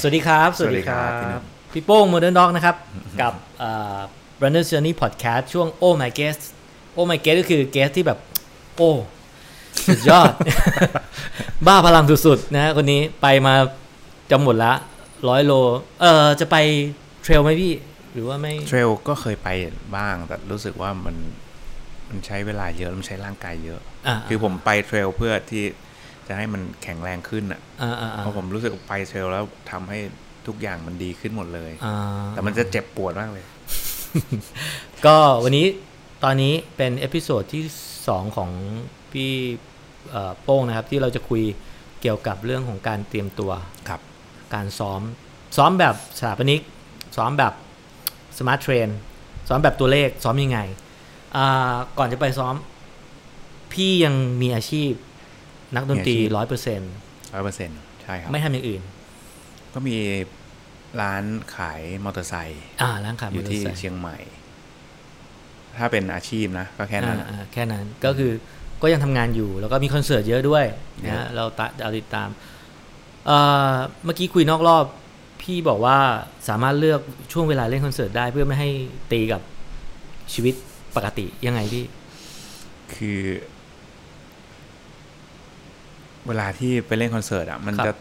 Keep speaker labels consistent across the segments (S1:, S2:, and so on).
S1: สวัสดีครับ
S2: สวัสดีครับพี่หนุ่ม
S1: พี่โป้งโมเดิร์นด็อกนะครับ กับเอ่อ Runner Journey Podcast ช่วง Oh My Guest Oh My Guest ก็คือ guest ที่แบบ โอ้ สุดย อด บ้าพลังสุดๆนะฮะคนนี้ไปมาจะหมดละร้อยโล เออจะไปเทรลไหมพี่ หรือว่าไม่
S2: เทรลก็เคยไปบ้าง แต่รู้สึกว่ามันมันใช้เวลาเยอะแล้วมันใช้ร่างกายเยอะ
S1: อ่า
S2: คือผมไปเทรลเพื่อที่จะให้มันแข็งแรงขึ้นอ่ะ
S1: อ่าอ่า
S2: เพราะผมรู้สึกไปเทรลแล้วทำให้ทุกอย่างมันดีขึ้นหมดเลย
S1: อ่า
S2: แต่มันจะเจ็บปวดมากเลย
S1: ก็วันนี้ตอนนี้เป็นเอพิโซดที่ 2 ของพี่เอ่อโป้งนะครับ ที่เราจะคุยเกี่ยวกับเรื่องของการเตรียมตัว
S2: ครับ
S1: การซ้อม ซ้อมแบบสถาปนิก ซ้อมแบบสมาร์ทเทรนซ้อมแบบตัวเลขซ้อมยังไงอ่าก่อนจะไปซ้อม พี่ยังมีอาชีพนักดนตรี
S2: มีอาชีพ
S1: ร้อยเปอร์เซ็นต์
S2: ร้อยเปอร์เซ็นต์ใช่ครับ
S1: ไม่ทำอย่างอื่น
S2: ก็มีร้านขายมอเตอร์ไซค์
S1: อ่าร้านขาย
S2: อยู่
S1: มต
S2: ที่
S1: ร์ไซค์
S2: เชียงใหม่ ถ้าเป็นอาชีพนะ ก็แค่นั้นอะ
S1: อ่าอ่าแค่นั้นก็คือก็ยังทำงานอยู่แล้วก็มีคอนเสิร์ตเยอะด้วยนะฮะ
S2: เยอะ
S1: เราตะเราติดตามเอ่อเมื่อกี้คุยนอกรอบ พี่บอกว่าสามารถเลือกช่วงเวลาเล่นคอนเสิร์ตได้เพื่อไม่ให้ตีกับชีวิตปกติยังไงพี่
S2: คือ เวลาที่ไปเล่นคอนเสิร์ตอ่ะ มัน
S1: ครับ
S2: จะ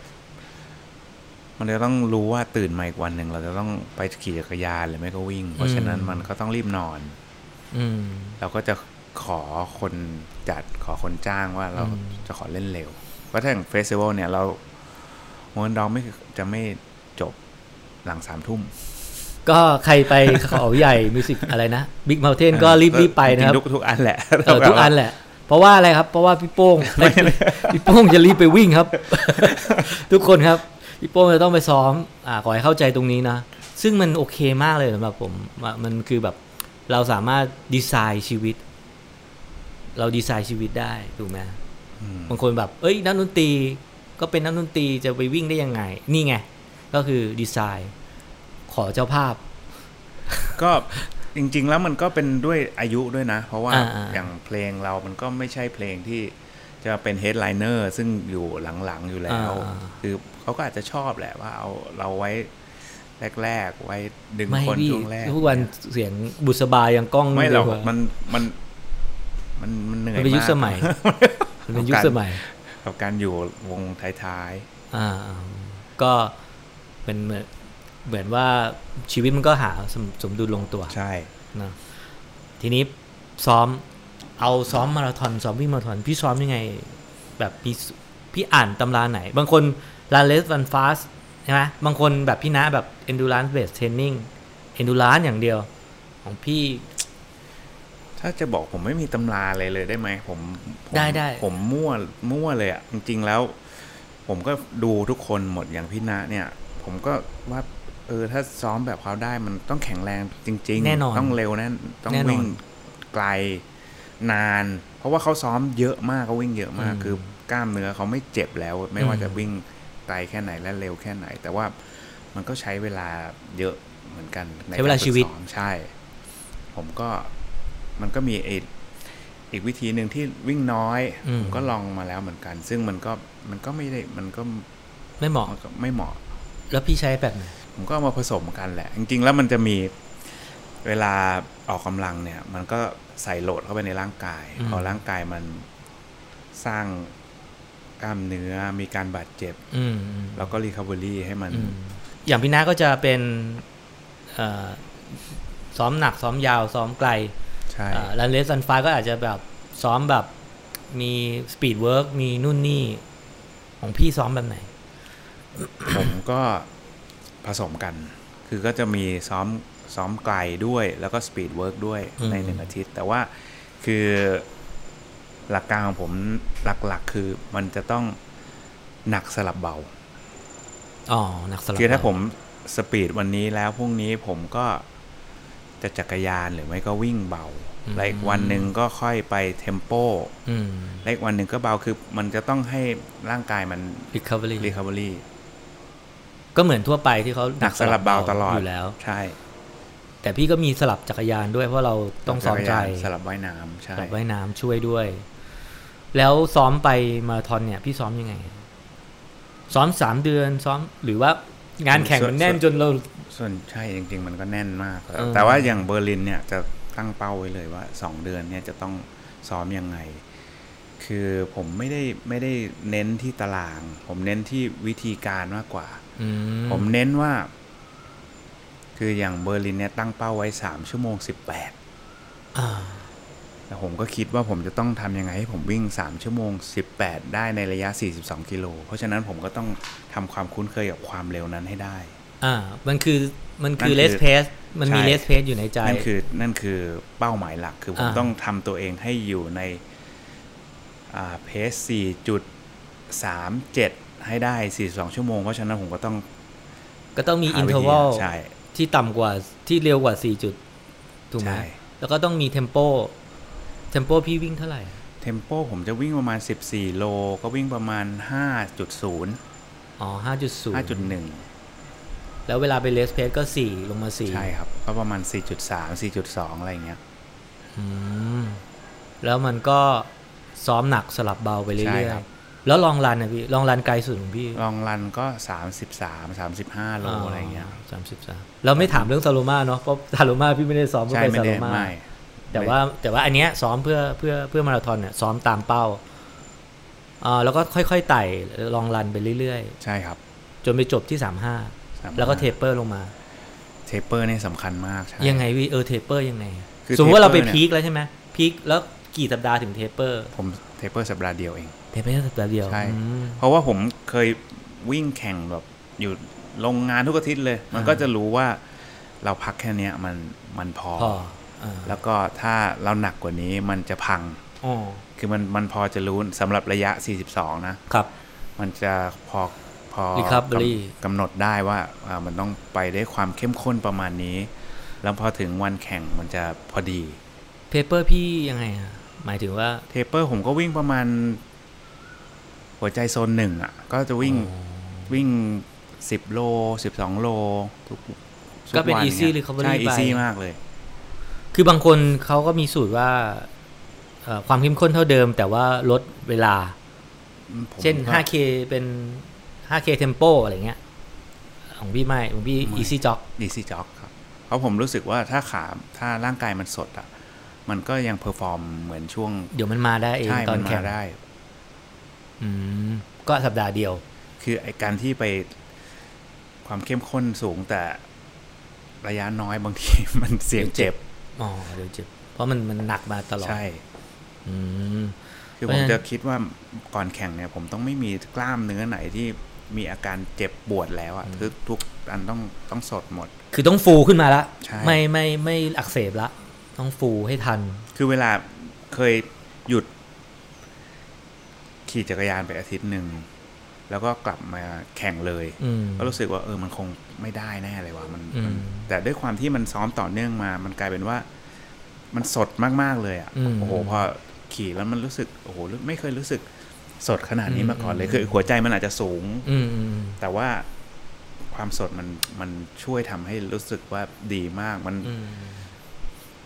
S2: มันจะต้องรู้ว่าตื่นมาอีกวันหนึ่งเราจะต้องไปขี่จักรยานหรือไม่ก็วิ่ง เพราะฉะนั้นมันก็ต้องรีบนอน
S1: อืม
S2: เราก็จะขอคนจัดขอคนจ้างว่าเรา
S1: อืม
S2: จะขอเล่นเร็วเพราะถ้าอย่างเฟสติวัลเนี่ย เราโมนดองไม่จะไม่จบหลังสามทุ่ม
S1: ก็ใครไปเขาใหญ่ มิวสิกอะไรนะบิ๊กเมลเทนก็รีบรีบๆไปนะครับ
S2: จงๆทุกทุกอันแหละ
S1: เออทุกอันแหละ เพราะว่าอะไรครับ เพราะว่าพี่โป้งเอ้ย พี่โป้งจะรีบไปวิ่งครับ ทุกคนครับ พี่โป้งจะต้องไปซ้อม อ่าขอให้เข้าใจตรงนี้นะ ซึ่งมันโอเคมากเลยสำหรับผมว่ามันคือแบบเราสามารถดีไซน์ชีวิต เราดีไซน์ชีวิตได้ถูกไหม
S2: อืม
S1: บางคนแบบ เอ้ยนักดนตรีก็เป็นนักดนตรีจะไปวิ่งได้ยังไง นี่ไง ก็คือดีไซน์ ขอเจ้าภาพ
S2: ก็จริง ๆ แล้วมันก็เป็นด้วยอายุด้วยนะ เพราะว่า
S1: อ่าอ่า
S2: อย่างเพลงเรามันก็ไม่ใช่เพลงที่จะเป็นเฮดไลเนอร์ซึ่งอยู่หลัง ๆ อยู่แล้ว คือเขาก็อาจจะชอบแหละว่าเอาเราไว้แรกๆไว้ดึง
S1: ไม่
S2: คน
S1: พี่
S2: ช่วงแรก
S1: ทุกวันเสียงบุษบายังกล้อง
S2: ไม่หรอก
S1: ดีว่า
S2: มันมันมันมันเหนื่อย
S1: มั
S2: มานก
S1: เป็นยุคสมัย มันเป็นยุคสมัย
S2: กับการอยู่วงท้าย
S1: อ่าอ่าก็เป็นเหมือนเหมือนว่าชีวิตมันก็หาสมสมดุลลงตัว
S2: ๆ ใช่
S1: นะทีนี้ซ้อมเอาซ้อมมาราธอนซ้อมวิ่งมาราธอนพี่ซ้อมยังไง แบบพี่พี่อ่านตำราไหน บางคน run less run fast ใช่ไหมบางคนแบบพี่นะแบบ endurance based training endurance อย่างเดียว ของพี่
S2: ถ้าจะบอกผมไม่มีตำราอะไรเลยได้ไหมผมผม
S1: ได้ได้
S2: ผมมั่วมั่วเลยอะ่ะ จริง ๆ แล้ว ผมก็ดูทุกคนหมดอย่างพี่นะเนี่ย ผมก็ว่า เออ ถ้าซ้อมแบบเขาได้มันต้องแข็งแรงจริง
S1: แน่นอน
S2: ต้องเร็วแน่ต้อง
S1: แน่นอน
S2: วิ่งไกลนาน เพราะว่าเขาซ้อมเยอะมากเขาวิ่งเยอะมาก
S1: อืม
S2: คือกล้ามเนื้อเขาไม่เจ็บแล้ว ไม่ว่า
S1: อืม
S2: จะวิ่งไกลแค่ไหนและเร็วแค่ไหน แต่ว่า มันก็ใช้เวลาเยอะเหมือนกันน
S1: ใช้เวลา
S2: การฝึก
S1: ชีวิต
S2: ซ้อมใช่ ผมก็มันก็มีไออีกวิธีหนึ่งที่วิ่งน้อย
S1: อืม
S2: ผมก็ลองมาแล้วเหมือนกัน ซึ่งมันก็มันก็ไม่ได้มันก็
S1: ไม่เหมาะ
S2: มันก็ไม่เหมาะ
S1: แล้วพี่ใช้แบบไหน
S2: ผมก็เอามาผสมกันแหละ จริง ๆ แล้วมันจะมีเวลาออกกำลังเนี่ย มันก็ใส่โหลดเข้าไปในร่างกาย
S1: อืม
S2: พอร่างกายมันสร้างกล้ามเนื้อมีการบาดเจ็บ
S1: อืมอืม
S2: แล้วก็รีคาบอรี่ให้มัน
S1: อืมอย่างพี่นาก็จะเป็นเอ่อซ้อมหนักซ้อมยาวซ้อมไกล
S2: ใช่
S1: รันเลสซันฟ้าก็อาจจะแบบซ้อมแบบมีสปีดเวิร์กมีนู่นนี่ ของพี่ซ้อมแบบไหน
S2: ผมก็ผสมกัน คือก็จะมีซ้อมซ้อมไกลด้วย แล้วก็สปีดเวิร์กด้วย
S1: อืม
S2: ในหนึ่งอาทิตย์ แต่ว่าคือหลักการของผมหลักๆ คือมันจะต้องหนักสลับเบา
S1: อ๋อหนักสลับ
S2: คือถ้าผมสปีดวันนี้แล้วพรุ่งนี้ผมก็จะจักรยานหรือไม่ก็วิ่งเบาและอีกวันหนึ่งก็ค่อยไปเทมโป
S1: อืม
S2: และอีกวันหนึ่งก็เบาคือมันจะต้องให้ร่างกายมัน
S1: recovery
S2: recovery
S1: ก็เหมือนทั่วไปที่เขา
S2: หนักสลับเบาตลอด
S1: อยู่แล้ว
S2: ใช่
S1: แต่พี่ก็มีสลับจักรยานด้วยเพราะเราต้องซ้อม
S2: จักร
S1: ใจ
S2: ยานสลับว่ายน้ำใช่
S1: สลับว่ายน้ำช่วยด้วย แล้วซ้อมไปมาราธอนเนี่ย พี่ซ้อมยังไง ซ้อมสามเดือนซ้อมหรือว่า งานแข่งมันแน่นจนเรา
S2: ส่วนใช่จริง ๆ มันก็แน่นมากครับ
S1: เออ
S2: แต่ว่าอย่างเบอร์ลินเนี่ยจะตั้งเป้าไว้เลยว่าสองเดือนเนี่ยจะต้องซ้อมยังไง คือผมไม่ได้ไม่ได้เน้นที่ตาราง ผมเน้นที่วิธีการมากกว่า
S1: อื
S2: ผมเน้นว่า คืออย่างเบอร์ลินเนี่ยตั้งเป้าไว้สามชั่วโมงสิบแปด
S1: อ่า
S2: แต่ผมก็คิดว่าผมจะต้องทำยังไงให้ผมวิ่งสามชั่วโมงสิบแปดได้ในระยะสี่สิบสองกิโลเพราะฉะนั้นผมก็ต้องทำความคุ้นเคยกับความเร็วนั้นให้ได้
S1: อ่า มันคือมันคือ
S2: นั่
S1: เล
S2: น
S1: ส
S2: คือ
S1: เพสมันมี
S2: ใช่
S1: เลสเพสอยู่ในใจ
S2: นั่นคือนั่นคือเป้าหมายหลักคือผม
S1: อ่า
S2: ต้องทำตัวเองให้อยู่ในเพสสี่จุดสามเจ็ดให้ได้สี่สองชั่วโมง เพราะฉะนั้นผมก็ต้อง
S1: ก็ต้องมี
S2: หา
S1: อิน
S2: วิ
S1: เทอร์
S2: ธี
S1: วล
S2: ใช่
S1: ที่ต่ำกว่าที่เร็วกว่า 4 จุด ถูกไหม
S2: ใช่
S1: แล้วก็ต้องมีเทมโปเทมโปพี่วิ่งเท่าไหร่
S2: เทมโปผมจะวิ่งประมาณ 14 โล ก็วิ่งประมาณ 5.0
S1: อ๋อห้าจุดศูนย์
S2: 5.1
S1: แล้วเวลาไปเลสเพสก็สี่ลงมาสี่
S2: ใช่ครับ ก็ประมาณ 4.3 4.2 อะไรอย่างเงี้ย
S1: อืมแล้วมันก็ซ้อมหนักสลับเบาไปเรื่
S2: ใช่
S1: อย
S2: ครับ
S1: ๆ แล้วลองรันนะพี่ ลองรันไกลสุดของพี่
S2: ลองรันก็ 33 35 โลอะไรอย่างเงี้ย
S1: สามสิบสามเราไม่ถามเรื่องซาโลมาเนาะเพราะซาโลมาพี่ไม่ได้ซ้อมเพื่อ
S2: ใช่
S1: ไป
S2: ไม่
S1: ซาโล
S2: ได้
S1: มา
S2: ไม่
S1: แต่ว่าแต่ว่าอันเนี้ยซ้อมเพื่อเพื่อเพื่อมาราธอนเนี่ยซ้อมตามเป้าอ่าแล้วก็ค่อยๆไต่ลองรันไปเรื่อย
S2: ใช่ครับ
S1: ๆ จนไปจบที่สามห้า
S2: สามารถ
S1: แล้วก็เทปเปอร์ลงมา
S2: เทปเปอร์เนี่ยสำคัญมากใช่
S1: ยังไงพี่เออเทปเปอร์ยังไง
S2: คือ
S1: สมมติว่าเราไป
S2: taper เนี่ย
S1: พีคแล้วใช่ไหมพีคแล้วกี่สัปดาห์ถึงเทปเปอร์
S2: ผมเทปเปอร์สัปดาห์เดียวเอง
S1: เทปเปอร์สัปดาห์เดียว
S2: ใช่
S1: อืม
S2: เพราะว่าผมเคยวิ่งแข่งแบบอยู่โรงงานทุกอาทิตย์เลย มัน
S1: อ่า
S2: ก็จะรู้ว่าเราพักแค่เนี้ยมันมันพอ
S1: พออ่า
S2: แล้วก็ถ้าเราหนักกว่านี้มันจะพัง
S1: อ๋อ
S2: คือมันมันพอจะรู้สำหรับระยะ 42 นะ
S1: ครับ
S2: มันจะพอพอ
S1: Recovery
S2: กำกำหนดได้ว่าอ่ามันต้องไปได้ความเข้มข้นประมาณนี้ แล้วพอถึงวันแข่งมันจะพอดี
S1: เทปเปอร์พี่ยังไงอะหมายถึงว่า
S2: เทปเปอร์ผมก็วิ่งประมาณ หัวใจโซนหนึ่งอ่ะ ก็จะวิ่งวิ่งสิบโลสิบสองโล ทุกทุ
S1: ก็เป็น
S2: วั
S1: easy
S2: ย
S1: recovery
S2: ใช่
S1: ไป
S2: easy มากเลย
S1: คือบางคนเขาก็มีสูตรว่าเอ่อความเข้มข้นเท่าเดิม แต่ว่าลดเวลา
S2: ผม
S1: เช่น
S2: ก็
S1: 5K เป็น 5K tempo อะไรเงี้ย ของพี่ไม่ของพี่
S2: ไม่
S1: easy jog
S2: easy jog ครับ เพราะผมรู้สึกว่าถ้าขาถ้าร่างกายมันสดอ่ะ มันก็ยังเพอร์ฟอร์มเหมือนช่วง
S1: เดี๋ยวมันมาได้เอง
S2: ใช่
S1: ตอ
S2: มัน น
S1: แข่
S2: มาง ได้
S1: อืมก็สัปดาห์เดียว
S2: คือไอการที่ไปความเข้มข้นสูงแต่ระยะน้อยบางที มันเสี่ยงเจ็บ
S1: อ๋อเดี๋ยวเจ็บเพราะมันมันหนักมาตลอด
S2: ใช่
S1: อืม
S2: คือ
S1: เพ
S2: ผ
S1: ราะ
S2: ม
S1: ฉะนั้น
S2: จะคิดว่าก่อนแข่งเนี่ยผมต้องไม่มีกล้ามเนื้อไหนที่มีอาการเจ็บปวดแล้วอะ่ะคือทุกอันต้องต้องสดหมด
S1: คือต้องฟูขึ้นมาละ
S2: ใช่
S1: ไม่ไม่ไม่อักเสบละ ต้องฟูให้ทัน
S2: คือเวลาเคยหยุด ขี่จักรยานไปอาทิตย์หนึ่ง แล้วก็กลับมาแข่งเลย
S1: อืม
S2: ก็รู้สึกว่าเออมันคงไม่ได้แน่เลยว่ะมัน
S1: อืม
S2: มัน แต่ด้วยความที่มันซ้อมต่อเนื่องมา มันกลายเป็นว่า มันสดมากๆเลยอะ
S1: อืม
S2: โอ้โหพอขี่แล้วมันรู้สึกโอ้โหไม่เคยรู้สึกสดขนาดนี้มาก่อนเลยคือหัวใจมันอาจจะสูง
S1: อืมอืม
S2: แต่ว่าความสดมันมันช่วยทำให้รู้สึกว่าดีมาก มัน
S1: อืม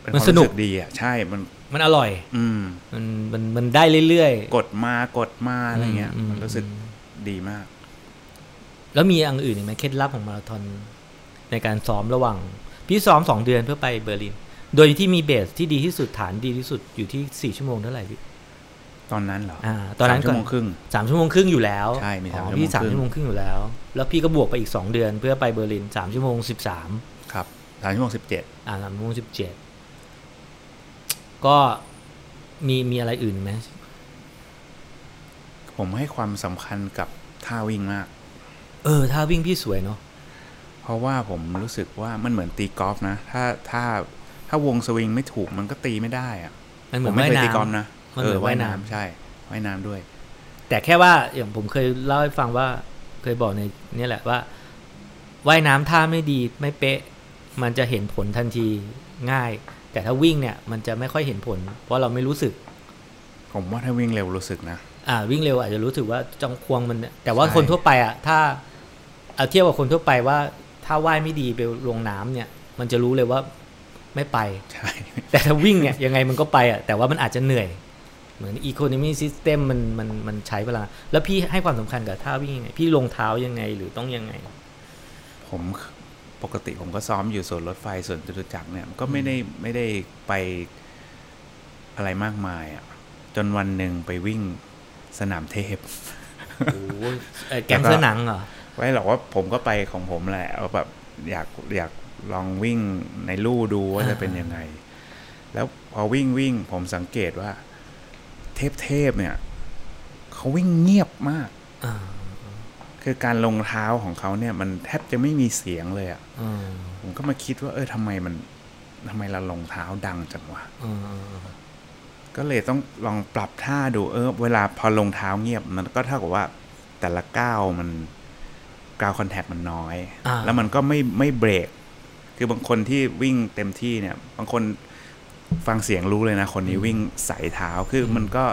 S2: เป็นค
S1: มั
S2: วาม
S1: นสนุก
S2: รู้สึกดีอ่ะใช่มัน
S1: มันอร่อย
S2: อืม
S1: มันมันมันได้เรื่อย
S2: กดมากดมาอะไรเงี้ย
S1: อืม
S2: มันรู้สึกดีมาก
S1: ๆ แล้วมีอย่างอื่นอีกไหมเคล็ดลับของมาราธอนในการซ้อมระหว่าง พี่ซ้อมสองเดือนเพื่อไปเบอร์ลิน โดยที่มีเบสที่ดีที่สุดฐานดีที่สุดอยู่ที่สี่ชั่วโมงเท่าไหร่พี่
S2: ตอนนั้นเหรอ
S1: อ่า ตอนนั้นก่
S2: สามชั่
S1: อ
S2: วน โมงครึ่ง
S1: สามชั่วโมงครึ่งอยู่แล้ว
S2: ใช่มีสาม
S1: อ๋อ
S2: ชั่วโมง
S1: พี่สาม
S2: ครึ่ง
S1: ชั่วโมงครึ่งอยู่แล้ว แล้วพี่ก็บวกไปอีกสองเดือนเพื่อไปเบอร์ลินสามชั่วโมงสิบสาม
S2: ครับสามชั่วโมงสิบเจ็ด
S1: อ่าสามโมงสิบเจ็ดก็มีมีอะไรอื่นไหม
S2: ผมให้ความสำคัญกับท่าวิ่งมาก
S1: เออถ้าวิ่งพี่สวยเนาะ
S2: เพราะว่าผมรู้สึกว่ามันเหมือนตีกอล์ฟนะ ถ้าถ้าถ้าวงสวิงไม่ถูกมันก็ตีไม่ได้อะ
S1: มันเห
S2: ผ
S1: มือ
S2: ม
S1: น
S2: ไม่
S1: ว่าย
S2: เคยตีกอล์ฟ
S1: น้ำ
S2: นะ
S1: มันเหมือน
S2: เออว่า
S1: ว่าย ยน้ำ
S2: น้ำใช่ว่ายน้ำด้วย
S1: แต่แค่ว่าอย่างผมเคยเล่าให้ฟังว่าเคยบอกในเนี่ยแหละว่าว่ายน้ำท่าไม่ดีไม่เป๊ะ มันจะเห็นผลทันทีง่าย แต่ถ้าวิ่งเนี่ยมันจะไม่ค่อยเห็นผล เพราะเราไม่รู้สึก
S2: ผมว่าถ้าวิ่งเร็วรู้สึกนะ
S1: อ่าวิ่งเร็วอาจจะรู้สึกว่าจังควงมันเนี่ยแต่ว่า
S2: ใช่
S1: คนทั่วไปอ่ะถ้าเอาเทียบกับคนทั่วไปว่า ถ้าว่ายไม่ดีไปลงน้ำเนี่ย มันจะรู้เลยว่าไม่ไป
S2: ใช่
S1: แต่ถ้าวิ่งเนี่ย ยังไงมันก็ไปอ่ะแต่ว่ามันอาจจะเหนื่อย เหมือน economy system มันมันมันใช้เวลา แล้วพี่ให้ความสำคัญกับท่าวิ่งยังไง พี่ลงเท้ายังไงหรือต้องยังไง
S2: ผมปกติผมก็ซ้อมอยู่ส่วนรถไฟส่วนจตุจักรเนี่ยก็ไม่ได้ไม่ได้ไปอะไรมากมายอ่ะจนวันหนึ่งไปวิ่งสนามเทพ
S1: โอ้โห เอ่อแก๊งเสื้อหนังเหรอ
S2: ไว้หรอกว่าผมก็ไปของผมแหละว่าแบบอยากอยากลองวิ่งในลู่ดูว่าจะเป็นยังไง แล้วพอวิ่งวิ่งผมสังเกตว่า เทพเทพเนี่ยเขาวิ่งเงียบมาก
S1: อ่า
S2: คือการลงเท้าของเขาเนี่ย มันแทบจะไม่มีเสียงเลยอะ่ะ
S1: อืม
S2: ผมก็มาคิดว่า เออทำไมมันทำไมเราลงเท้าดังจังวะ
S1: อืมอืม
S2: ก็เลยต้องลองปรับท่าดูเออ เวลาพอลงเท้าเงียบ มันก็เท่ากับว่า แต่ละก้าวมันก้าวคอนแทคมันน้อย
S1: อ่า
S2: แล้วมันก็ไม่ไม่เบรก คือบางคนที่วิ่งเต็มที่เนี่ย บางคนฟังเสียงรู้เลยนะ คนนี้วิ่งใส่เท้า คือมันก็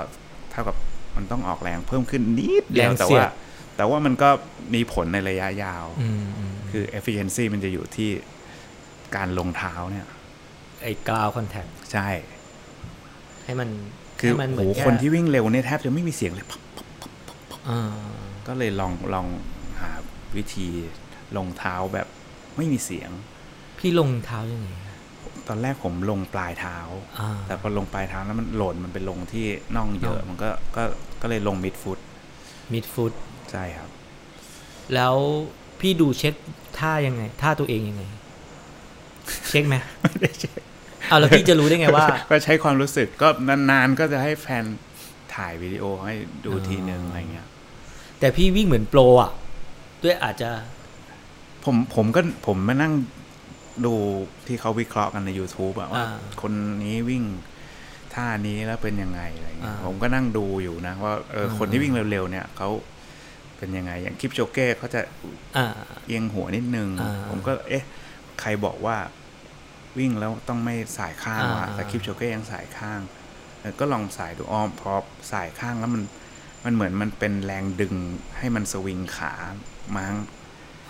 S2: เท่ากับมันต้องออกแรงเพิ่มขึ้นนิดเดียว แต่ว่า แต่ว่ามันก็มีผลในระยะยาว
S1: อืมอืม
S2: คือ efficiency มันจะอยู่ที่การลงเท้าเนี่ย
S1: ไอ้กราวคอนแทค
S2: ใช่
S1: ให้มัน
S2: คือ
S1: ให้มันเหมื
S2: โห
S1: อนแ
S2: คนที่วิ่งเร็วเนี่ยแทบจะไม่มีเสียงเลยปั๊บปั๊บปั๊บปั๊บปั๊บ
S1: อ่า
S2: ก็เลยลองลองหาวิธีลงเท้าแบบไม่มีเสียง
S1: พี่ลงเท้ายังไงอะ
S2: ตอนแรกผมลงปลายเท้า
S1: อ่า
S2: แต่พอลงปลายเท้าแล้วมันหล่นมันเป็นลงที่น่องเยอะ
S1: น่อง
S2: มันก็ก็ก็เลยลงมิดฟุต
S1: มิดฟุต
S2: ใช่ครับ
S1: แล้วพี่ดูเช็คท่ายังไง ท่าตัวเองยังไง เช็คไหม
S2: ไม่ได้เช็ค
S1: เอาแล้วพี่จะรู้ได้ไงว่า
S2: ก็ใช้ความรู้สึกก็นานๆก็จะให้แฟนถ่ายวิดีโอให้ดู
S1: อ๋อ
S2: ทีนึงอะไรเงี้ย
S1: แต่พี่วิ่งเหมือนโปรอ่ะ ด้วยอาจจะ
S2: ผมผมก็ผมมานั่งดูที่เขาวิเคราะห์กันใน YouTube อะว่า
S1: อ่า
S2: คนนี้วิ่งท่านี้แล้วเป็นยังไงอะไรเงี้ย
S1: อ่า
S2: ผมก็นั่งดูอยู่นะ ว่าเอออ
S1: ม
S2: คนที่วิ่งเร็วๆเนี่ยเขาเป็นยังไงอย่างคลิปโจเก้เขาจะ
S1: อ่า
S2: เอียงหัวนิดนึง
S1: อ่า
S2: ผมก็เอ๊ะ ใครบอกว่าวิ่งแล้วต้องไม่สายข้างวะ
S1: อ่า
S2: แต่คลิปโชเก้ยังสายข้างเออก็ลองสายดูอ้อมพอสายข้างแล้วมัน มันเหมือนมันเป็นแรงดึงให้มันสวิงขามาข้าง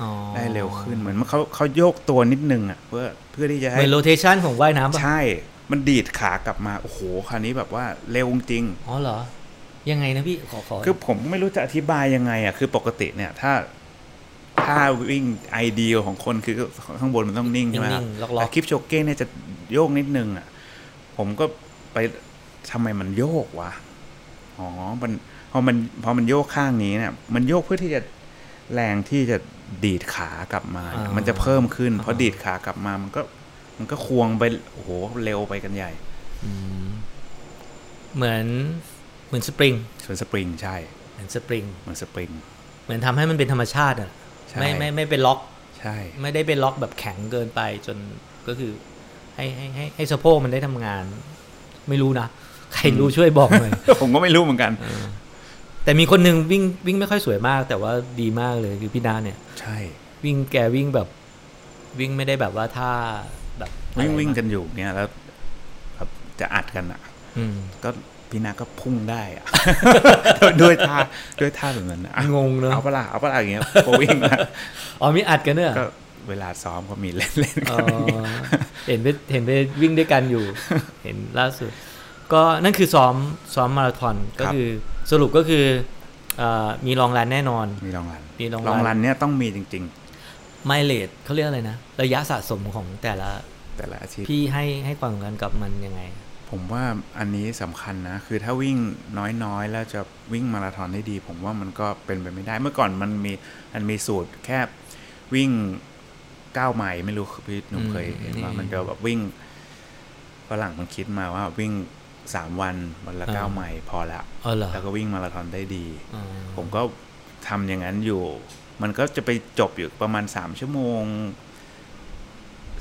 S1: อ๋อ
S2: ได้เร็วขึ้นเหมือนเขาเขาโยกตัวนิดนึงอ่ะเพื่อเพื่อที่จะ
S1: เห
S2: ให้
S1: มือนโรเทชันของว่ายน้ำป่ะ
S2: ใช่ มันดีดขากลับมา โอ้โหคราวนี้แบบว่าเร็วจริง
S1: อ๋อเหรอ ยังไงนะพี่ขอขอ
S2: คือผมไม่รู้จะอธิบายยังไงอ่ะ คือปกติเนี่ย ถ้าถ้าวิ่งไอเดียของคนคือข้างบนมันต้องนิ่งใช่ไหมครั
S1: นิ่
S2: บ
S1: งๆล็อกๆ
S2: แต่คลิปโชเก้เนี่ยจะโยกนิดนึงอ่ะ ผมก็ไปทำไมมันโยกวะ อ๋อ มันพอมันพอมันโยกข้างนี้เนี่ย มันโยกเพื่อที่จะแรงที่จะดีดขากลับมาเนี่ย
S1: อ่ามั
S2: มันจะเพิ่มขึ้น เพราะ
S1: อ่า
S2: ดีดขากลับมา มันก็ มันก็ควงไป โอ้โห เร็วไปกันใหญ่
S1: อืมเหมือน เหมือนสปริง
S2: ส่วนสปริงใช่
S1: เหมือนสปริง
S2: เหมือนสปริง
S1: เหมือนทำให้มันเป็นธรรมชาติอ่ะ
S2: ใช่
S1: ไม่ไม่ไม่เป็นล็อก
S2: ใช่
S1: ไม่ได้เป็นล็อกแบบแข็งเกินไปจนก็คือ ให้ให้ให้ให้สะโพกมันได้ทำงาน ไม่รู้นะ ใครรู้ช่วยบอกหน่อย
S2: ผมก็ไม่รู้เหมือนกัน
S1: แต่มีคนหนึ่งวิ่งวิ่งไม่ค่อยสวยมาก แต่ว่าดีมากเลยคือพี่นาเนี่ย
S2: ใช่
S1: วิ่งแกวิ่งแบบ วิ่งไม่ได้แบบว่าท่าแบบอะไร
S2: วิ่งวิ่ง
S1: มาก
S2: กันอยู่เนี่ยแล้วแบบจะอัดกันอ่ะ
S1: อืม
S2: ก็พี่นาก็พุ่งได้อ่ะ ด้วยท่าด้วยท่าแบบนั้นอะ
S1: งงเนอะ
S2: เอาเปะล่าเอาเปะล่าอย่างเงี้ยพอวิ่งมา
S1: อ๋อมีอัดกันเนอะ
S2: ก็เวลาซ้อมก็มีเล่นเล่น
S1: อ๋อ
S2: กันอย่างเงี้ย
S1: เห็นไปเห็นไปวิ่งด้วยกัน อยู่ เห็นล่าสุด ก็นั่นคือซ้อมซ้อมมาราธอนก็คือสรุปก็คือเอ่อมีลองรันแน่นอน
S2: มีรองรัน
S1: มีรองรัน
S2: รองรันเนี่ยต้องมีจริง
S1: ไมเลดเขาเรียกอะไรนะ ระยะสะสมของแต่ละ
S2: ๆ แต่ละอาชีพ
S1: พี่ให้ให้ความสำคัญกับมันยังไง
S2: ผมว่าอันนี้สำคัญนะ คือถ้าวิ่งน้อยๆ แล้วจะวิ่งมาราธอนได้ดี ผมว่ามันก็เป็นไปไม่ได้เมื่อก่อนมันมีมันมีสูตรแค่วิ่งเก้าไมล์ไม่รู้พี่หนุ่ม
S1: อืม
S2: เคยเห็นว่า
S1: อืม
S2: มันจะแบบวิ่ง ฝรั่งมันคิดมาว่าวิ่งสามวันวันละเก้าไมล์พอละ
S1: อ๋อเหรอ
S2: แล้วก็วิ่งมาราธอนได้ดี
S1: อ๋อ
S2: ผมก็ทำอย่างนั้นอยู่ มันก็จะไปจบอยู่ประมาณสามชั่วโมง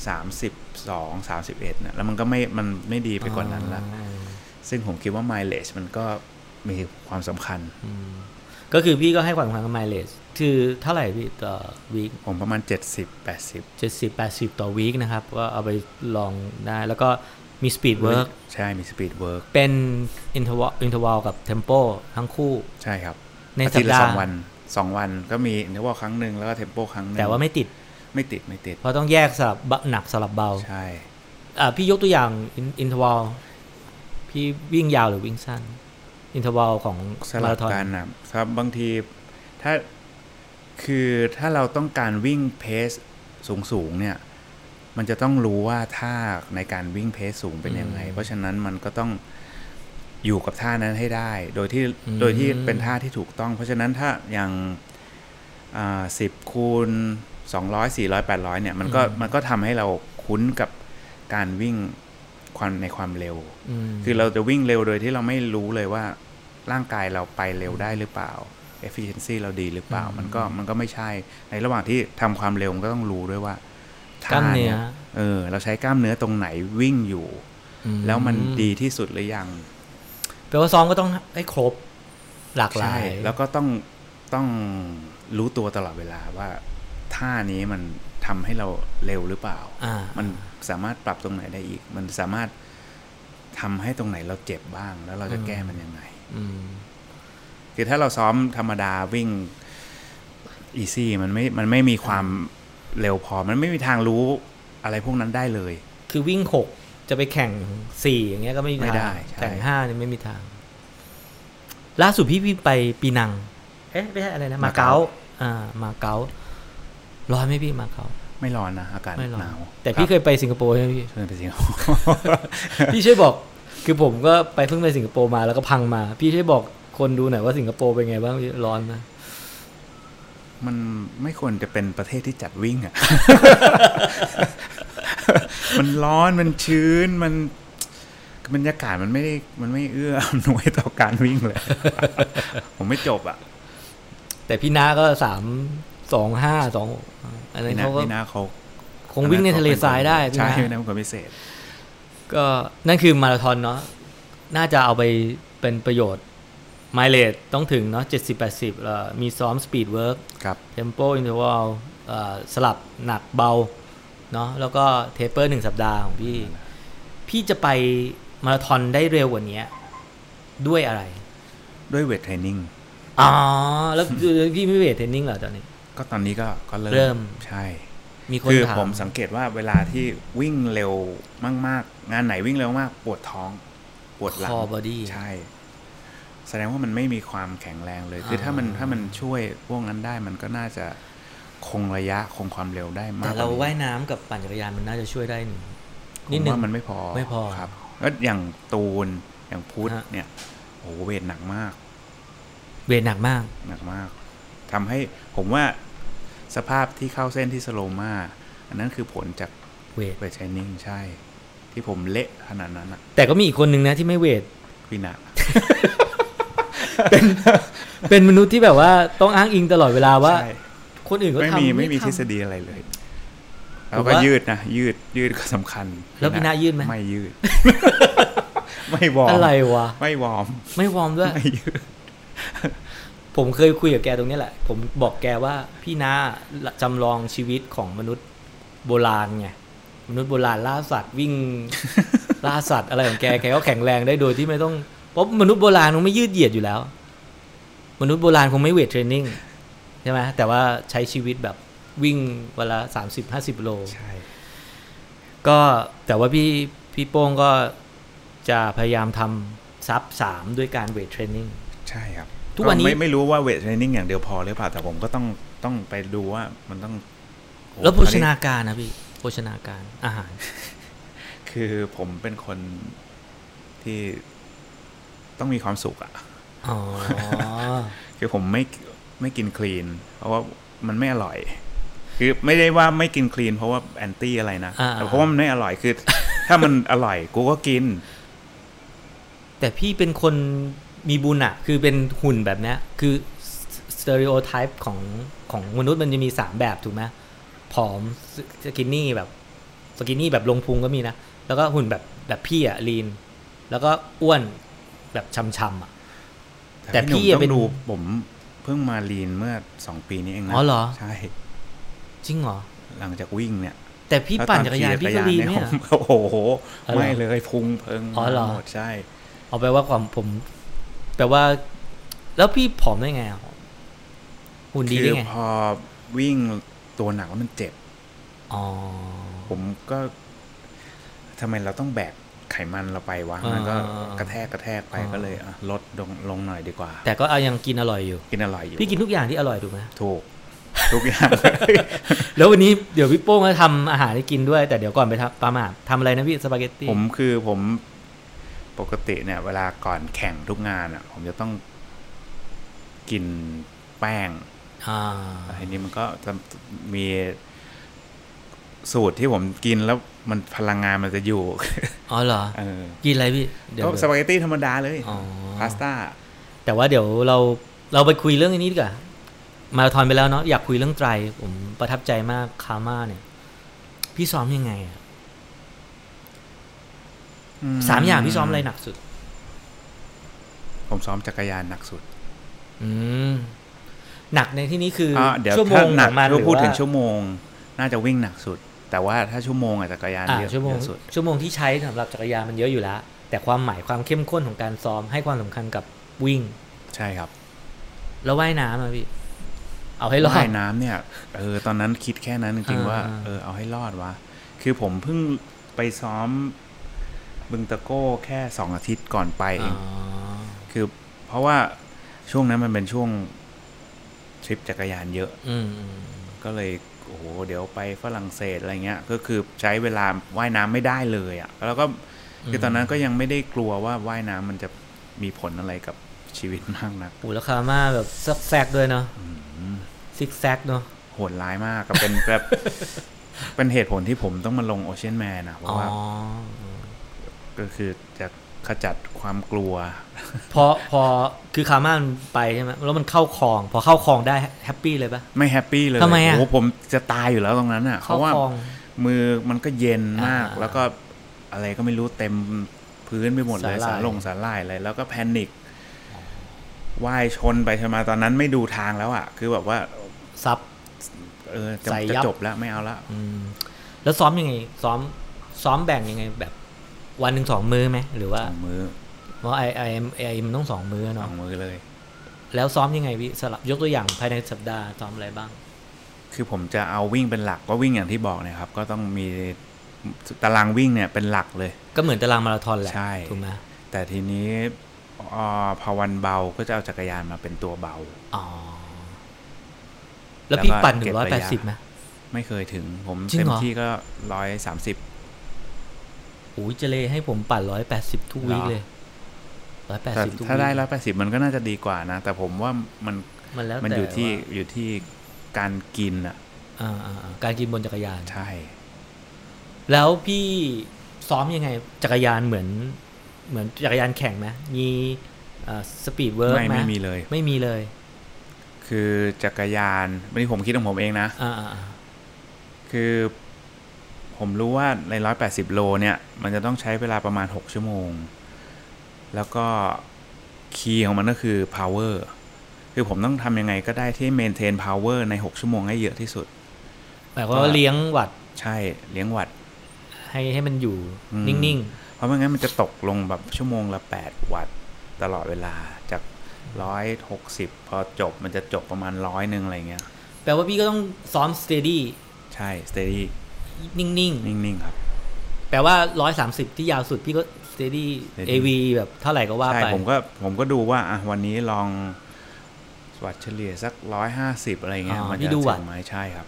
S2: สามสิบสองสามสิบเอ็ดนะแล้วมันก็ไม่มันไม่ดีไปกว่านั้นละ
S1: อ๋อ
S2: ซึ่งผมคิดว่า mileage มันก็มีความสำคัญ
S1: อืมก็คือพี่ก็ให้ความสำคัญกับไมเลดคือเท่าไหร่พี่ต่อวีค
S2: ผมประมาณ 70 80
S1: เจ็ดสิบแปดสิบต่อวีคนะครับ ก็เอาไปลองได้ แล้วก็มีสปีดเวิร์ก
S2: ใช่มี speed work
S1: เป็นอินทวอลอินทวอลกับเทมโปทั้งคู่
S2: ใช่ครับ
S1: ใน
S2: อา
S1: สั
S2: ทิ
S1: ป
S2: ตย์ละ
S1: ดา
S2: ส
S1: ห์
S2: องวันสองวันก็มีเนว่าครั้งหนึ่งแล้วก็เทมโปครั้งหนึ่ง
S1: แต่ว่าไม่ติด
S2: ไม่ติดไม่ติด
S1: เพราะต้องแยกสลับเบาหนักสลับเบา
S2: ใช่
S1: อ่าพี่ยกตัวอย่างอินทวอลพี่วิ่งยาวหรือวิ่งสั้น อินทวอลของ
S2: ส
S1: มา
S2: ลับ
S1: ราธอน
S2: กันนะครับบางทีถ้าคือถ้าเราต้องการวิ่งเพส สูงสูงๆเนี่ย มันจะต้องรู้ว่าท่าในการวิ่งเพสสูงเป็นยังไง
S1: อืม
S2: เพราะฉะนั้นมันก็ต้องอยู่กับท่านั้นให้ได้ โดยที่
S1: อืม
S2: โดยที่เป็นท่าที่ถูกต้อง เพราะฉะนั้นถ้าอย่างสิบคูณสองร้อยสี่ร้อยแปดร้อยเนี่ยมันก็มันก็ทำให้เราคุ้นกับการวิ่งความในความเร็ว
S1: ม
S2: คือเราจะวิ่งเร็วโดยที่เราไม่รู้เลยว่าร่างกายเราไปเร็วได้หรือเปล่า efficiency เราดีหรือเปล่า
S1: อืม
S2: มันก็มันก็ไม่ใช่ ในระหว่างที่ทำความเร็วมันก็ต้องรู้ด้วยว่าก
S1: กล้ามเนื้อ
S2: เออ เราใช้กล้ามเนื้อตรงไหนวิ่งอยู่
S1: อื
S2: แล้วมันดีที่สุดหรือยัง
S1: แปลว่าซ้อมก็ต้องให้ครบหลากหลา
S2: ใช่
S1: ย
S2: แล้วก็ต้องต้องรู้ตัวตลอดเวลาว่าท่านี้มันทำให้เราเร็วหรือเปล่า
S1: อ่ามั
S2: มันสามารถปรับตรงไหนได้อีก มันสามารถทำให้ตรงไหนเราเจ็บบ้าง แล้วเราจะแก้มันยังไง
S1: อืม
S2: คือถ้าเราซ้อมธรรมดาวิ่งอีซี่มันไม่ มันไม่มีความเร็วพอ มันไม่มีทางรู้อะไรพวกนั้นได้เลย
S1: คือวิ่งหกจะไปแข่งสี่อย่างเงี้ยก็ไม่มี
S2: ไม่
S1: ทาง
S2: ได้ใช่
S1: แข่งห้าเนี่ยไม่มีทาง ล่าสุดพี่วิ่งไปปีนัง เอ๊ะไม่ใช่อะไรนะมาเก๊าอ่า มาเก๊าร้อนไหมพี่มาเก๊า
S2: ไม่ร้อนนะ อากาศ
S1: ไม่ร้อ
S2: ห
S1: น
S2: นาว
S1: แต่พี่เคยไปสิงคโปร์ใช่ไหมพี่
S2: เชิญไปสิงค โปร์
S1: พี่ช่วยบอก คือผมก็ไปเพิ่งไปสิงคโปร์มาแล้วก็พังมา พี่ช่วยบอกคนดูหน่อยว่าสิงคโปร์เป็นไงบ้างพี่ร้อนนะ
S2: มันไม่ควรจะเป็นประเทศที่จัด วิ่งอ่ะ มันร้อนมันชื้นมันบรรยากาศมันไม่ได้มันไม่เอื้ออำนวยต่อการวิ่งเลย ผมไม่จบอ่ะ
S1: แต่พี่น้าก็สามสองห้าสองอันนั้น
S2: พี่นา
S1: เขาก็
S2: พี่นาเขา
S1: คงวิ่งในทะเลทรายได้พี่
S2: ใช่
S1: น้า
S2: พี่นาเป็นคนพิเศษ
S1: ก็นั่นคือมาราธอนเนาะน่าจะเอาไปเป็นประโยชน์ไมเล e ต้องถึงเนาะ70 80เอ่อมีซ้อมสปีดเวิร์ก
S2: ครับ
S1: เทมโปอินเทอร์วลสลับหนักเบาเนาะแล้วก็เทเปอร์หนึ่งสัปดาห์ของพี่ พี่จะไปมาราธอนได้เร็วกว่านี้ด้วยอะไร
S2: ด้วยเวทเทรนนิ่ง
S1: อ๋อ แล้วคือพี่ไม่เวทเทรนนิ่งเหรอตอนนี้
S2: ก็ตอนนี้ก็ก็เริ่ม
S1: เริ่ม
S2: ใช่
S1: มีคน
S2: คือ
S1: ถา
S2: ผม
S1: ม
S2: สังเกตว่าเวลาที่วิ่งเร็วมาก ๆ งานไหนวิ่งเร็วมาก ปวดท้อง ปวดหลัง
S1: คอบอดี้
S2: ใช่ แสดงว่ามันไม่มีความแข็งแรงเลย คือ
S1: อ่า
S2: ถ้ามันถ้ามันช่วยพวกนั้นได้มันก็น่าจะคงระยะคงความเร็วได้มา
S1: แต่
S2: ก
S1: เรา
S2: ก
S1: ว่ายน้ำกับปั่นจักรยานมันน่าจะช่วยได้หนึ่ง
S2: ผม
S1: นิดนึง
S2: ว่ามันไม่พอ
S1: ไม่พอ
S2: ครับก็อย่างตูนอย่างพุทธ
S1: ฮะ
S2: เนี่ยโอ้โหเวทหนักมาก
S1: เวทหนักมาก
S2: หนักมาก ทำให้ผมว่าสภาพที่เข้าเส้นที่สโลมาอันนั้นคือผลจาก
S1: เวท
S2: เวทเทรนนิ่งใช่ ที่ผมเละขนาดนั้นอะ
S1: แต่ก็มีอีกคนหนึ่งนะที่ไม่เวท
S2: พี่นะ
S1: เป็นมนุษย์ที่แบบว่าต้องอ้างอิงตลอดเวลาว่า
S2: ใช่
S1: คนอื่นก็
S2: ไม่
S1: ทำ
S2: มีไม่มี
S1: ทำ
S2: ทฤษฎีอะไรเลย
S1: ผ
S2: เรา
S1: ม
S2: ก็
S1: ว่ายื
S2: ยืดนะ ยืดยืดก็สำคัญ
S1: แล้วพี่นะยืดไหม
S2: ไม่ยืด ไม่วอร์ม
S1: อะไรวะ
S2: ไม่วอร์ม
S1: ไม่วอร์มด้วย
S2: ไม่ยืด
S1: ผมเคยคุยกับแกตรงเนี้ยแหละ ผมบอกแกว่าพี่นาจำลองชีวิตของมนุษย์โบราณไง มนุษย์โบราณล่าสัตว์ วิ่ง ล่าสัตว์อะไรของแก แกก็แข็งแรงได้โดยที่ไม่ต้อง เพราะมนุษย์โบราณมันไม่ยืดเหยียดอยู่แล้ว มนุษย์โบราณคงไม่เวทเทรนนิ่งใช่ไหมแต่ว่าใช้ชีวิตแบบวิ่งเวลาสามสิบห้าสิบโล
S2: ใช่
S1: ก็แต่ว่าพี่พี่โป้งก็จะพยายามทำซับสามด้วยการเวทเทรนนิ่ง
S2: ใช่ครับ
S1: ทุกวันนี้
S2: ไม่ไม่รู้ว่าเวทเทรนนิ่งอย่างเดียวพอหรือเปล่าแต่ผมก็ต้องต้องไปดูว่ามันต้องโอ้
S1: แล้วโภ
S2: ตอ
S1: ชนาการนะพี่โภชนาการอาหาร
S2: คือผมเป็นคนที่ต้องมีความสุขอะ
S1: อ๋อ
S2: คือผมไม่ไม่กินคลีน เพราะว่ามันไม่อร่อย คือไม่ได้ว่าไม่กินคลีน เพราะว่าแอนตี้อะไรนะ
S1: อ่า
S2: แต่เพราะว่ามันไม่อร่อยคือ ถ้ามันอร่อยกูก็กิน
S1: แต่พี่เป็นคนมีบุญอะคือเป็นหุ่นแบบเนี้ยคือสเตอริโอไทป์ของของมนุษย์มันจะมีสามแบบถูกไหมผอมสกินนี่แบบสกินนี่แบบลงพุงก็มีนะ แล้วก็หุ่นแบบแบบพี่อะลีน แล้วก็อ้วนแบบช่ำๆอะ แต่
S2: แต่
S1: พี่
S2: พี่ห
S1: อะ
S2: นุ่มต้
S1: เป็
S2: อน งดูผมเพิ่งมาลีนเมื่อสองปีนี้เองนะ
S1: อ๋อเหรอ
S2: ใช่
S1: จริงเหรอ
S2: หลังจากวิ่งเนี่ย
S1: แต่พี่ปั่นจักรยานพี่ก็ลีน
S2: แล้วตอ
S1: เนี่ย
S2: ขี่จักรยานเนี่ยผมโอ้โห
S1: อ๋อเหรอ
S2: ไม่เลยพุงเพิง
S1: อ๋อเหรอ
S2: หมดใช่
S1: เอาแปลว่าความผมแปลว่า แล้วพี่ผอมได้ไงอะหุ่นดี
S2: คื
S1: ได้
S2: อ
S1: ไง
S2: พอวิ่งตัวหนักแล้วมันเจ็บ
S1: อ๋อ
S2: ผมก็ทำไมเราต้องแบกไขมันเราไปวะ
S1: อ่ามั
S2: มันก็กระแทกกระแทกไป
S1: อ่า
S2: ก็เลยอ่ะลดลงลงหน่อยดีกว่า
S1: แต่ก็เอายังกินอร่อยอยู่
S2: กินอร่อยอยู่
S1: พี่กินทุกอย่างที่อร่อยถูกไหม
S2: ถูก ทุกอย่าง
S1: แล้ววันนี้เดี๋ยวพี่โป้งจะทำอาหารให้กินด้วย แต่เดี๋ยวก่อนไปทำปลาหมาทำอะไรนะพี่สปาเกตตี้
S2: ผมคือผมปกติเนี่ย เวลาก่อนแข่งทุกงานอ่ะ ผมจะต้องกินแป้ง
S1: อ่า
S2: อันนี้มันก็จะมีสูตรที่ผมกินแล้วมันพลังงานมันจะอยู่
S1: อ๋อเหรอ
S2: เออ
S1: กินอะไรพี่ เดี๋ยว
S2: ก็สปาเกตตี้ธรรมดาเลย
S1: อ๋อ
S2: พาสต้า
S1: แต่ว่าเดี๋ยวเราเราไปคุยเรื่องอันนี้ดีกว่ามาราธอนไปแล้วเนาะอยากคุยเรื่องไตร ผมประทับใจมากคาร์มาเนี่ย พี่ซ้อมยังไงอะสามอย่างพี่ซ้อมอะไรหนักสุด
S2: ผมซ้อมจักรยานหนักสุด
S1: อืมหนักในที่นี้คืออ
S2: เดี๋ยว
S1: ชั่วโม
S2: ถ้าง หนัก
S1: ของมันห
S2: ก็
S1: รือ
S2: พูดถึง
S1: ว่า
S2: ชั่วโมง น่าจะวิ่งหนักสุด แต่ว่าถ้าชั่วโมงอะจักรยาน
S1: อ่า
S2: เยอะ
S1: ชั่วโมง
S2: เยอะสุด
S1: ชั่วโมงที่ใช้สำหรับจักรยานมันเยอะอยู่แล้ว แต่ความหมายความเข้มข้นของการซ้อมให้ความสำคัญกับวิ่ง
S2: ใช่ครับ
S1: แล้วว่ายน้ำอะพี่ เอาให้รอ
S2: ว่า
S1: ด
S2: ยน้ำเนี่ย เออ ตอนนั้นคิดแค่นั้นจริงๆว่า
S1: อ่า
S2: เออ เอาให้รอดวะ คือผมเพิ่งไปซ้อมบึงตะโก้แค่สองอาทิตย์ก่อนไปเอ
S1: อ๋อง
S2: คือเพราะว่าช่วงนั้นมันเป็นช่วงทริปจักรยานเยอะ
S1: อืมอืม
S2: ก็เลยโอ้โหเดี๋ยวไปฝรั่งเศสอะไรเงี้ย ก็คือใช้เวลาว่ายน้ำไม่ได้เลยอะ่ะ แล้วก็คือตอนนั้นก็ยังไม่ได้กลัวว่าว่ายน้ำมันจะมีผลอะไรกับชีวิตมากนัก
S1: โอ้แล้วคาร์มาแบบซักแซกด้วยเนาะซิกแซกเนาะ
S2: โหดร้ายมากกับเป็นแบบ เป็นเหตุผลที่ผมต้องมาลงโอเชียนแมนนะเพ
S1: อ๋
S2: ราะ
S1: อ
S2: ว่าก็คือจะขจัดความกลัว
S1: พอพอคือคาร์มามันไปใช่ไหมแล้วมันเข้าคลอง พอเข้าคลองได้แฮปปี้เลยปะ
S2: ไม่แฮปปี้เลย
S1: ทำไมอะ
S2: โอ้โหผมจะตายอยู่แล้วตรงนั้นอ่ะเพ
S1: เข้า
S2: ราะว่า
S1: คลอง
S2: มือมันก็เย็นมาก
S1: อ่า
S2: แล้วก็อะไรก็ไม่รู้เต็มพื้นไปหมดเลย
S1: สาหร่าย
S2: สาลงสาหร่ายอะไรแล้วก็แพนิคว่ายชนไปชนมาตอนนั้นไม่ดูทางแล้วอ่ะ คือแบบว่า
S1: ซับ
S2: เออจะ
S1: ใส่ยับ
S2: จะจบแล้วไม่เอาละ
S1: อืมแล้วซ้อมยังไง ซ้อมซ้อมแบ่งยังไงแบบวันหนึ่งสองมือไหมหรือว่า
S2: สองมือ
S1: เพราะไอไอเอ็มไอมันต้องสองมือ
S2: สอ
S1: เนาะ
S2: งมือเลย
S1: แล้วซ้อมยังไงพี่สลับยกตัวอย่างภายในสัปดาห์ซ้อมอะไรบ้าง
S2: คือผมจะเอาวิ่งเป็นหลักก็วิ่งอย่างที่บอกเนะครับ ก็ต้องมีตารางวิ่งเนี่ยเป็นหลักเลย
S1: ก็เหมือนตารางมาราธอนแหละ
S2: ใช่
S1: ถูกไหม
S2: แต่ทีนี้อ่าพอวันเบาก็จะเอาจักรยานมาเป็นตัวเบา
S1: อ๋อ แล้วพี่
S2: แล้วก็
S1: ปั่นห
S2: เก็
S1: นึ่
S2: บ
S1: งร้อย
S2: ระ
S1: แปด
S2: ยะ
S1: สิบไหม
S2: ไม่เคยถึงผม
S1: จริง
S2: เต็ม
S1: เหรอ
S2: ที่ก็ร้อยสามสิบ
S1: โอ้ยเจเลให้ผมปั่นร้อยแปดสิบทุกวีคเลยร้อยแปด
S2: แต่
S1: สิบทุก
S2: ถ้า
S1: วีค
S2: ได้ร้อยแปดสิบมันก็น่าจะดีกว่านะ แต่ผมว่ามัน
S1: มันแล้ว
S2: มัน
S1: แต่
S2: อยู่ที่
S1: ว่า
S2: อยู่ที่การกินอ่ะ
S1: อ่าอ่าอ่าการกินบนจักรยาน
S2: ใช่
S1: แล้วพี่ซ้อมยังไงจักรยานเหมือน เหมือนจักรยานแข่งไหมมีสปีดเวิร์ก
S2: ไม่
S1: ไหม
S2: ไม่มีเลย
S1: ไม่มีเลย
S2: คือจักรยานวันนี้ผมคิดของผมเองนะ
S1: อ่าอ่าอ่า
S2: คือผมรู้ว่าในร้อยแปดสิบโลเนี่ย มันจะต้องใช้เวลาประมาณหกชั่วโมง แล้วก็คีย์ของมันก็คือ power คือผมต้องทำยังไงก็ได้ที่ maintain power ในหกชั่วโมงให้เยอะที่สุด
S1: หมายความว่าเลี้ยงหวัด
S2: ใช่เลี้ยงหวัด
S1: ให้ให้มันอยู่
S2: อืม
S1: นิ่ง
S2: เพราะไม่งั้นมันจะตกลงแบบชั่วโมงละ 8 วัตต์ตลอดเวลาจาก 160 พอจบมันจะจบประมาณร้อยหนึ่งอะไรเงี้ย
S1: ๆ แปลว่าพี่ก็ต้องซ้อมสเตดี้
S2: ใช่ สเตดี้
S1: นิ่ง
S2: นิ่ง ๆ ครับ
S1: ๆ แปลว่าร้อยสามสิบที่ยาวสุดพี่ก็สเตดี้
S2: steady
S1: เอวีแบบเท่าไหร่ก็ว่า
S2: ใช่
S1: ไป
S2: ผมก็ผมก็ดูว่าอ่ะวันนี้ลองวัตต์เฉลี่ยสัก 150 อะไรเงี้ยมันจะถึงไหมใช่ครับ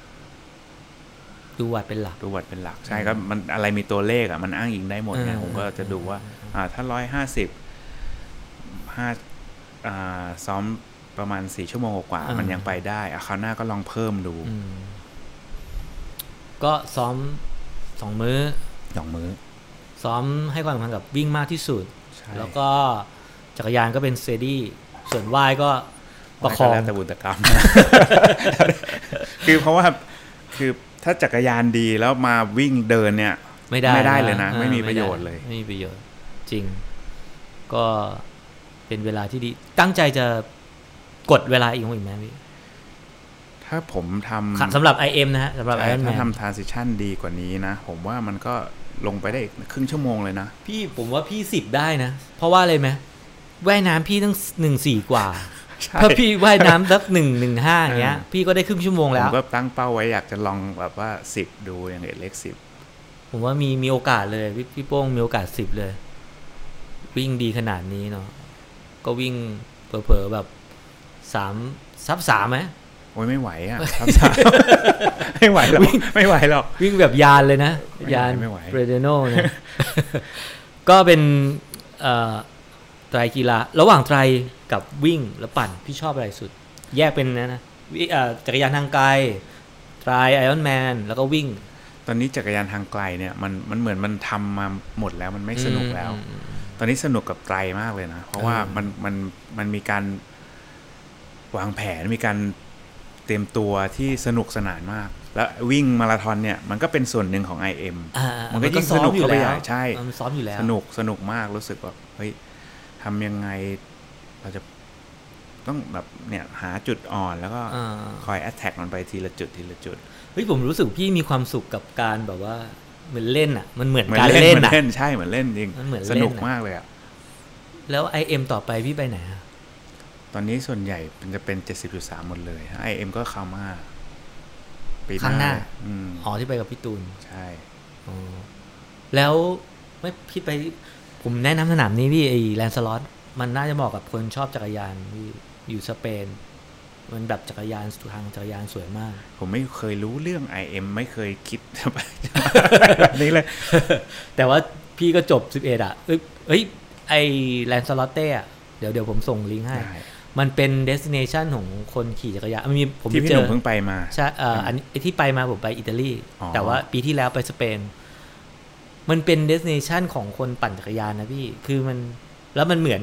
S1: ดูหวัดเป็นหลัก
S2: ดูวัตต์เป็นหลัก ใช่ก็มันอะไรมีตัวเลขอ่ะ มันอ้างอิงได้หมดไง
S1: เออ
S2: ผมก็จะดูว่า อ่าถ้า 150ห้าอ่าซ้อมประมาณ 4 ชั่วโมงกว่าๆมันยังไปได้อ่ะคราวหน้าก็ลองเพิ่มดู
S1: อืมก็ซ้อมสองมื้อ
S2: สองมื้อ
S1: ซ้อมให้ความสำคัญกับวิ่งมากที่สุด
S2: ใช่
S1: แล้วก็จักรยานก็เป็นสเตดี้ส่วนว่ายก็ประคอง
S2: แล้วแต่บุญแต่กรรม คือเพราะว่าคือถ้าจักรยานดีแล้วมาวิ่งเดินเนี่ย
S1: ไม่ได้
S2: ไม่ได้เลยนะ
S1: ออ
S2: ไม่มีประโยชน์
S1: ไได้
S2: เลย
S1: ไม่มีประโยชน์ จริง ก็เป็นเวลาที่ดี ตั้งใจจะกดเวลาอีกมั้ยอีกไหมพี่
S2: ถ้าผมทำ
S1: ค่ะสำหรับ IM นะฮะสำหรับ
S2: ใช่
S1: Iron
S2: ถ้า
S1: Man
S2: ทำ transition ดีกว่านี้นะ ผมว่ามันก็ลงไปได้อีกครึ่งชั่วโมงเลยนะ
S1: พี่ผมว่าพี่สิบได้นะ เพราะว่าอะไรไหมว่ายน้ำพี่ตั้งหนึ่งสี่กว่า
S2: ใช่
S1: ถ้าพี่ว่ายน้ำสักหนึ่งหนึ่งห้าอย่างเงี้ย
S2: เออ
S1: พี่ก็ได้ครึ่งชั่วโมง
S2: ผ
S1: แล้
S2: ม
S1: ว
S2: ก็ตั้งเป้าไว้อยากจะลองแบบว่าสิบดูอย่างเล็กสิบ
S1: ผมว่ามีมีโอกาสเลยพี่พี่โป้งมีโอกาสสิบเลย วิ่งดีขนาดนี้เนาะก็วิ่งเผลอๆแบบสามซับสามไหม
S2: โอ้ อ้ยไม่ไหวอ่ะครับสาว ไม่ไหวหรอกไม่ไหวหรอก
S1: วิ่งแบบยานเลยนะ
S2: ไม่ไหวย
S1: าน
S2: ไม่ไหว
S1: เรเดโน นะ ก็เป็นเอ่อไตรกีฬา ระหว่างไตรกับวิ่งและปั่น พี่ชอบอะไรสุด แยกเป็นนะนะวิเอ่อจักรยานทางไกลไตรไอออนแมน แล้วก็วิ่ง
S2: ตอนนี้จักรยานทางไกลเนี่ยมันมันเหมือนมันทำมาหมดแล้วมันไม่สนุกแล้ว
S1: อืม
S2: ตอนนี้สนุกกับไตรมากเลยนะ เพราะว่า
S1: เออ
S2: มันมันมันมีการวางแผนมีการเตรียมตัวที่สนุกสนานมาก แล้ววิ่งมาราธอนเนี่ยมันก็เป็นส่วนหนึ่งของ IM
S1: อ่า
S2: มั
S1: มัน
S2: ก็ยิ่งสนุกเข้าไปใหญ่ใช่
S1: มันซ้อมอยู่แล้ว
S2: สนุกสนุกมากรู้สึกว่าเฮ้ยทำยังไงเราจะต้องแบบเนี่ยหาจุดอ่อนแล้วก็
S1: อ่า
S2: คอยแอตแทกมันไปทีละจุดทีละจุด
S1: เฮ้ยผมรู้สึกพี่มีความสุขกับการแบบว่าเหมือนเล่นอ่ะ มันเหมือน
S2: เหมือน
S1: การ
S2: เล่น
S1: เล่น
S2: เหมือน
S1: อ่ะ
S2: เล่นใช่เหมือนเล่นจริง
S1: มันเหมือนเล่
S2: ส
S1: น
S2: นุก
S1: อะ
S2: มากเลยอ่ะ
S1: แล้วไอเอ็มต่อไปพี่ไปไหนอะ
S2: ตอนนี้ส่วนใหญ่มันจะเป็น 70.3 หมดเลยไอเอ็มก็คามาปี
S1: ข้างหน้า
S2: อืม
S1: อ๋อที่ไปกับพี่ตูน
S2: ใช่
S1: อ๋อแล้วไม่พี่ไปผมแนะนำสนามนี้พี่ไอแลนสล็อตมันน่าจะเหมาะกับคนชอบจักรยานพี่อยู่สเปน มันแบบจักรยานทางจักรยานสวยมาก
S2: ผมไม่เคยรู้เรื่อง IM ไม่เคย คิด แบบนี้เลย
S1: แต่ว่าพี่ก็จบ 11 อ่ะ เอ้ยเอ้ยไอแลนสล็อตเต้อะเดี๋ยวเดี๋ยวผมส่งลิงก์ให้
S2: ได้
S1: มันเป็นเดส i เนชันของคนขี่จักรยานมันมีผม
S2: ที่พี่
S1: เจ
S2: หนุ่
S1: อ
S2: มเพิ่งไปมา
S1: ใช่เอ่ออันไอ้ที่ไปมาผมไปอิตาลี
S2: อ๋อ
S1: แต่ว่าปีที่แล้วไปสเปน มันเป็นเดส i เนชันของคนปั่นจักรยานนะพี่ คือมัน แล้วมันเหมือน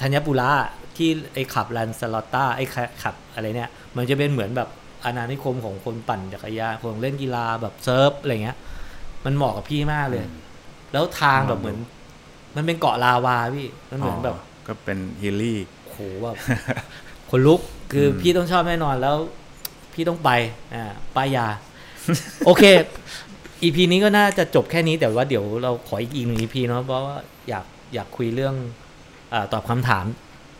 S1: ธัญปุระที่ไอ้ขับลันสลอตตาไอ้ขับอะไรเนี่ย มันจะเป็นเหมือนแบบอาณานิคมของคนปั่นจักรยานคนเล่นกีฬาแบบเซิร์ฟอะไรเงี้ย มันเหมาะกับพี่มากเลย แล้วทางแบบเหมือน มันเป็นเกาะลาวาพี่ มันเหมือนแบบ
S2: ก็เป็นฮิลลี่
S1: โหแบบ ขนลุกคืออพี่ต้องชอบแน่นอนแล้ว พี่ต้องไปอ่าป้าย ยา โอเค อีพีนี้ก็น่าจะจบแค่นี้แต่ว่าเดี๋ยวเราขออีกอีกหนึ่งอีพีเนาะเพราะว่าอยากอยากคุยเรื่องอาตอบคำถาม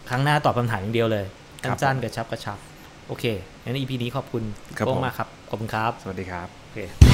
S1: ครั้งหน้าตอบคำถามอย่างเดียวเลย
S2: ครับ
S1: สั้นๆกระชับกระชับ โอเคงั้นอีพีนี้ขอบคุณ
S2: ครับ
S1: โป้ง
S2: ผม
S1: มากครับขอบคุณครับ
S2: สวัสดีครับ
S1: โอเค